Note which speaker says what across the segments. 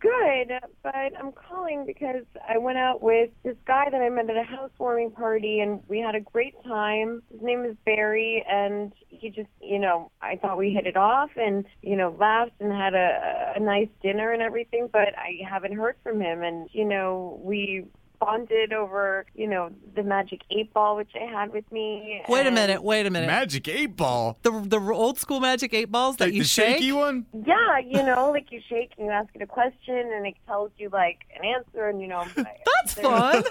Speaker 1: good, but I'm calling because I went out with this guy that I met at a housewarming party and we had a great time. His name is Barry and he just, you know, I thought we hit it off and, you know, laughed and had a, a nice dinner and everything, but I haven't heard from him and, you know, we bonded over, you know, the magic eight ball which I had with me.
Speaker 2: Wait a
Speaker 1: and-
Speaker 2: minute. Wait a minute.
Speaker 3: Magic eight ball.
Speaker 2: the the old school magic eight balls that
Speaker 3: the
Speaker 2: you
Speaker 3: the
Speaker 2: shake.
Speaker 3: shaky one?
Speaker 1: Yeah, you know, like you shake and you ask it a question and it tells you like an answer and you know.
Speaker 2: That's fun.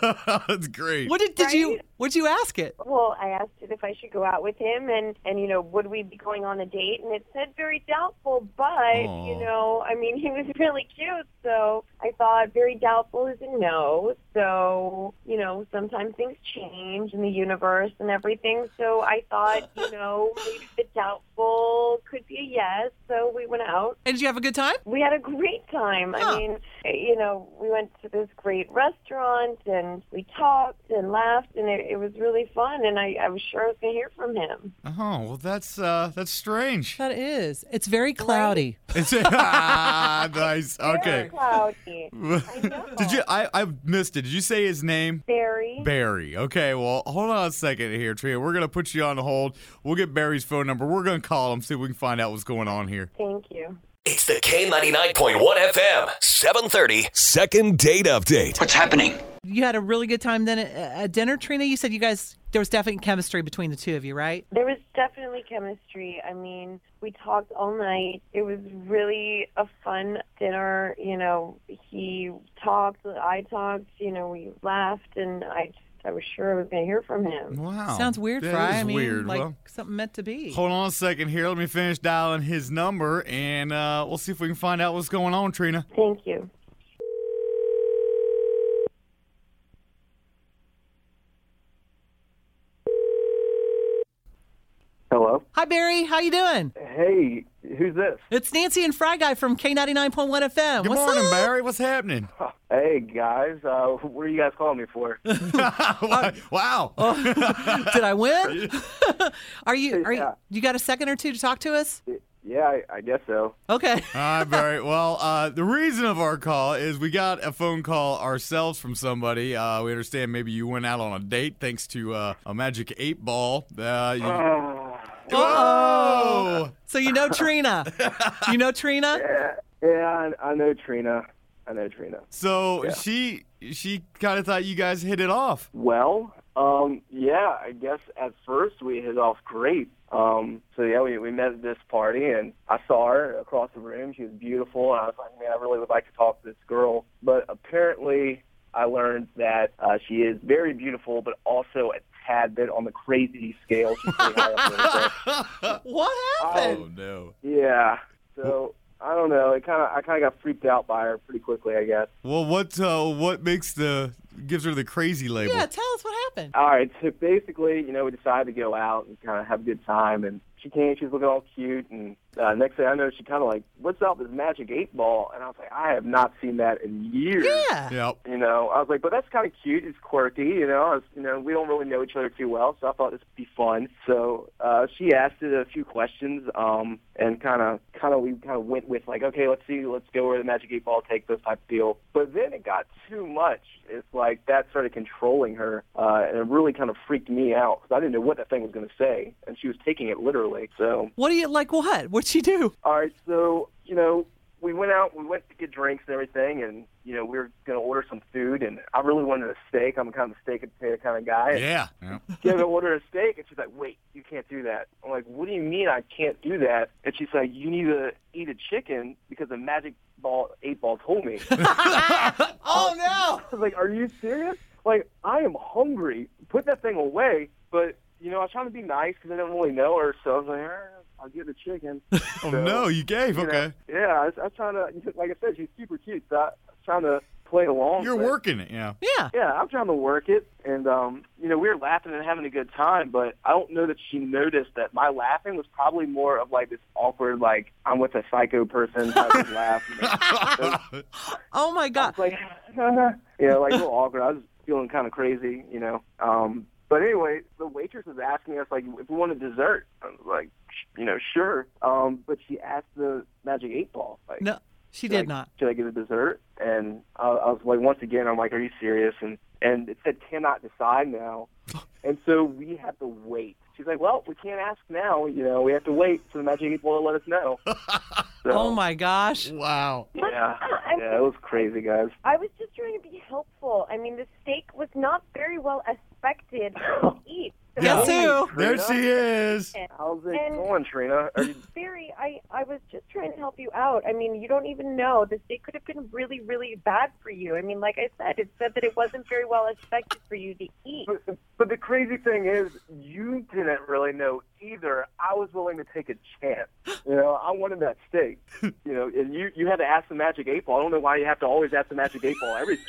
Speaker 3: That's great.
Speaker 2: What did, did you
Speaker 1: Right?
Speaker 2: what did you ask it?
Speaker 1: Well, I asked it if I should go out with him and and you know would we be going on a date and it said very doubtful, but you
Speaker 3: Aw.
Speaker 1: know I mean he was really cute, so I thought very doubtful is a no. So you know sometimes things change in the universe and everything. So I thought you know maybe the doubtful could be a yes. So we went out
Speaker 2: And did you have a good time?
Speaker 1: we had a great time.
Speaker 2: Huh.
Speaker 1: I mean, you know, we went to this great restaurant and we talked and laughed and it, it was really fun. And I, I was sure I was going to hear from him.
Speaker 3: Oh, well, that's uh, that's strange.
Speaker 2: That is. It's very cloudy.
Speaker 3: It's- Ah, nice.
Speaker 1: Very
Speaker 3: Okay.
Speaker 1: cloudy. I know.
Speaker 3: Did you? I, I missed it. Did you say his name?
Speaker 1: Very.
Speaker 3: Barry. Okay, well, hold on a second here, Tria. We're going to put you on hold. We'll get Barry's phone number. We're going to call him, see if we can find out what's going on here.
Speaker 1: Thank you.
Speaker 4: It's the K99.1 FM, 730.
Speaker 5: Second date update.
Speaker 6: What's happening?
Speaker 2: You had a really good time then at, at dinner, Trina. You said you guys there was definitely chemistry between the two of you, right?
Speaker 1: There was definitely chemistry. I mean, we talked all night. It was really a fun dinner. You know, he talked, I talked, you know, we laughed and I just, I was sure I was going to hear from him.
Speaker 3: Wow.
Speaker 2: Sounds weird,
Speaker 3: Oh, That
Speaker 2: Fry.
Speaker 3: is
Speaker 2: I mean,
Speaker 3: weird.
Speaker 2: like
Speaker 3: well,
Speaker 2: something meant to be.
Speaker 3: hold on a second here. Let me finish dialing his number, and uh, we'll see if we can find out what's going on, Trina.
Speaker 1: Thank you.
Speaker 7: Hello.
Speaker 2: Hi Barry, how you doing?
Speaker 7: Hey, who's this?
Speaker 2: It's Nancy and Fry Guy from K ninety nine point one FM.
Speaker 3: Good
Speaker 2: What's
Speaker 3: morning,
Speaker 2: up?
Speaker 3: Barry. What's happening?
Speaker 7: Hey guys, uh, what are you guys calling me for?
Speaker 3: wow.
Speaker 2: Oh. Did I win? are you are
Speaker 7: Yeah.
Speaker 2: you, you got a second or two to talk to us?
Speaker 7: yeah, I, I guess so.
Speaker 2: Okay.
Speaker 3: All right, Barry. Well, uh, the reason of our call is we got a phone call ourselves from somebody. Uh, we understand maybe you went out on a date thanks to uh, a magic eight ball. Uh, you- oh,
Speaker 2: So you know Trina. you know Trina?
Speaker 7: Yeah, I, I know Trina. I know Trina.
Speaker 3: so she she kind of thought you guys hit it off.
Speaker 7: Well, um, yeah, I guess at first we hit off great. Um, so yeah, we, we met at this party, and I saw her across the room. She was beautiful, and I was like, man, I really would like to talk to this girl. But apparently, I learned that uh, she is very beautiful, but also a tad bit on the crazy scale. She's pretty high up there, so-
Speaker 2: What happened?
Speaker 3: Oh no.
Speaker 7: Yeah. So I don't know. It kind of I kind of got freaked out by her pretty quickly, I guess.
Speaker 3: Well, what uh, what makes the gives her the crazy label?
Speaker 2: yeah, tell us what happened.
Speaker 7: All right. So basically, you know, we decided to go out and kind of have a good time. And she came. She was looking all cute. And uh, next thing I know, she kind of like, "What's up? This magic eight ball?" And I was like, "I have not seen that in years."
Speaker 2: Yeah.
Speaker 3: Yep.
Speaker 7: You know, I was like, but that's kind of cute. It's quirky. You know, I was, you know, we don't really know each other too well, so I thought this would be fun. So uh, she asked it a few questions, um, and kind of, kind of, we kind of went with like, okay, let's see, let's go where the magic eight ball takes us type deal. But then it got too much. It's like that started controlling her, uh, and it really kind of freaked me out because I didn't know what that thing was going to say, and she was taking it literally. So
Speaker 2: What do you like? What? What'd she do?
Speaker 7: all right, so you know, we went out, we went to get drinks and everything, and you know, we were gonna order some food, and I really wanted a steak. I'm kind of a steak and potato kind of guy. And
Speaker 3: Yeah. Yep.
Speaker 7: she's gonna order a steak, and she's like, "Wait, you can't do that." I'm like, "What do you mean I can't do that?" And she's like, "You need to eat a chicken because the magic ball eight ball told me." I
Speaker 2: Oh no!
Speaker 7: was like, "Are you serious? Like, I am hungry. Put that thing away." But you know, I was trying to be nice because I didn't really know her, so I was like, All right, "I'll get the chicken."
Speaker 3: Oh
Speaker 7: So-
Speaker 3: no, you gave.
Speaker 7: you know,
Speaker 3: Okay.
Speaker 7: yeah, I was, I was trying to, like I said, she's super cute. So I was trying to play along.
Speaker 3: You're
Speaker 7: but-
Speaker 3: working it, yeah.
Speaker 2: Yeah.
Speaker 7: Yeah, I'm trying to work it, and um, you know we were laughing and having a good time, but I don't know that she noticed that my laughing was probably more of like this awkward, like I'm with a psycho person type of laugh. You know?
Speaker 2: Oh my God.
Speaker 7: It's like, you know, like a little awkward. I was feeling kind of crazy, you know. Um, but anyway, the waitress was asking us like if we wanted dessert. I was like, sh- you know, sure. Um, but she asked the magic eight ball, like,
Speaker 2: No, she
Speaker 7: like,
Speaker 2: did not.
Speaker 7: Should I get a dessert? And I, I was like, once again, I'm like, are you serious? And and it said cannot decide now, and so we had to wait. She's like, well, we can't ask now. You know, we have to wait for the magic eight ball to let us know. So,
Speaker 2: Oh my gosh.
Speaker 3: Wow.
Speaker 7: Yeah,
Speaker 1: uh, I'm-
Speaker 7: yeah, it was crazy, guys.
Speaker 1: I was just trying to be helpful. I mean, the steak was not very well aspected to eat. So
Speaker 2: Guess who?
Speaker 3: There she is.
Speaker 7: How's it
Speaker 1: And-
Speaker 7: going, Trina? Are you,
Speaker 1: Barry, I, I was just trying to help you out. I mean, you don't even know. The steak could have been really, really bad for you. I mean, like I said, it said that it wasn't very well expected for you to eat.
Speaker 7: but, but the crazy thing is, you didn't really know either. I was willing to take a chance. You know, I wanted that steak. You know, and you you had to ask the Magic Eight Ball. I don't know why you have to always ask the Magic Eight Ball everything.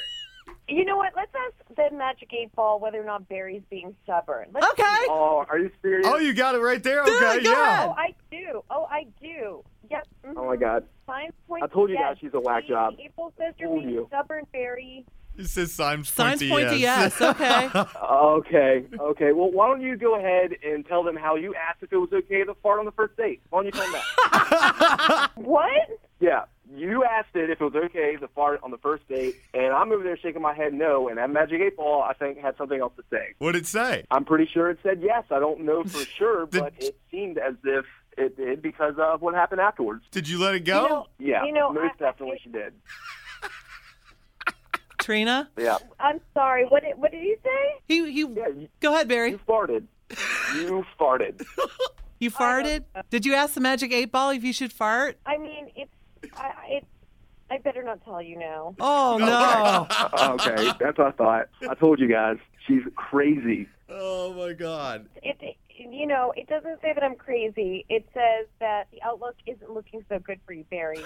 Speaker 1: You know what? Let's ask the Magic 8 Ball whether or not Barry's being stubborn. Let's
Speaker 2: Okay.
Speaker 7: Oh, are you serious?
Speaker 3: Oh, you got it right there.
Speaker 2: Dude,
Speaker 3: Okay,
Speaker 2: go
Speaker 3: yeah.
Speaker 2: ahead.
Speaker 1: Oh, I do. Oh, I do. Yep. mhm.
Speaker 7: Oh, my God.
Speaker 1: Sign point.
Speaker 7: I told you
Speaker 1: yes.
Speaker 7: guys she's a whack
Speaker 1: See,
Speaker 7: job.
Speaker 1: April says you're
Speaker 7: Told
Speaker 1: being
Speaker 7: you.
Speaker 1: stubborn, Barry.
Speaker 3: It says signs
Speaker 2: Signs point to yes. Okay.
Speaker 7: Okay, okay. Well, why don't you go ahead and tell them how you asked if it was okay to fart on the first date? Why don't you tell them that?
Speaker 1: What?
Speaker 7: yeah, you asked it if it was okay to fart on the first date, and I'm over there shaking my head no, and that Magic Eight Ball, I think, had something else to say.
Speaker 3: What'd it say?
Speaker 7: I'm pretty sure it said yes. I don't know for sure,
Speaker 3: Did-
Speaker 7: but it seemed as if it did because of what happened afterwards.
Speaker 3: Did you let it
Speaker 1: You
Speaker 3: go?
Speaker 1: know,
Speaker 7: Yeah,
Speaker 1: You know,
Speaker 7: most
Speaker 1: I-
Speaker 7: definitely she did.
Speaker 2: Trina,
Speaker 7: Yeah,
Speaker 1: I'm sorry. What did, what did he say?
Speaker 2: he he.
Speaker 7: yeah. You,
Speaker 2: Go ahead, Barry.
Speaker 7: you farted. You farted.
Speaker 2: You farted. Did you ask the magic eight ball if you should fart?
Speaker 1: I mean, it's I, I- it's. I better not tell you now.
Speaker 2: Oh no.
Speaker 7: Oh, okay, that's what I thought. I told you guys she's crazy.
Speaker 3: Oh my God.
Speaker 1: It, it you know it doesn't say that I'm crazy. It says that the outlook isn't looking so good for you, Barry.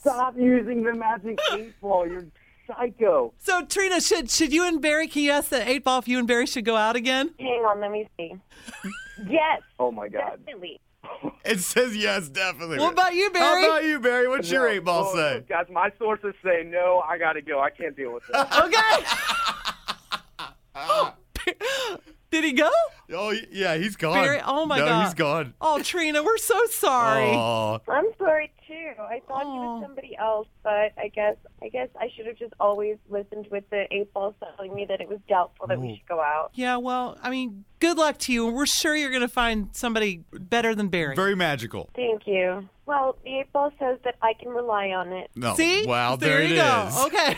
Speaker 7: Stop using the magic eight ball. You're psycho.
Speaker 2: So Trina, should should you and Barry? Can you ask the eight ball if you and Barry should go out again?
Speaker 1: Hang on, let me see. Yes,
Speaker 7: Oh my god.
Speaker 1: definitely.
Speaker 3: It says yes, definitely.
Speaker 2: What about you,
Speaker 3: How
Speaker 2: Barry?
Speaker 3: about you, Barry? What's your eight ball
Speaker 7: Oh,
Speaker 3: say?
Speaker 7: Guys, my sources say no. I gotta go. I can't deal with this.
Speaker 2: okay. Did he go?
Speaker 3: Oh yeah, he's gone.
Speaker 2: Barry- oh, my
Speaker 3: no,
Speaker 2: God.
Speaker 3: he's gone.
Speaker 2: Oh, Trina, we're so sorry.
Speaker 3: Oh,
Speaker 1: I'm sorry too. I thought he
Speaker 2: Oh.
Speaker 1: was somebody else, but I guess I guess I should have just always listened with the eight ball telling me that it was doubtful that we should go out.
Speaker 2: Yeah, well, I mean, good luck to you, and we're sure you're going to find somebody better than Barry.
Speaker 3: very magical.
Speaker 1: Thank you. Well, the eight ball says that I can rely on it.
Speaker 3: No.
Speaker 2: See?
Speaker 3: Wow.
Speaker 2: there,
Speaker 3: it
Speaker 2: you
Speaker 3: is.
Speaker 2: go. Okay.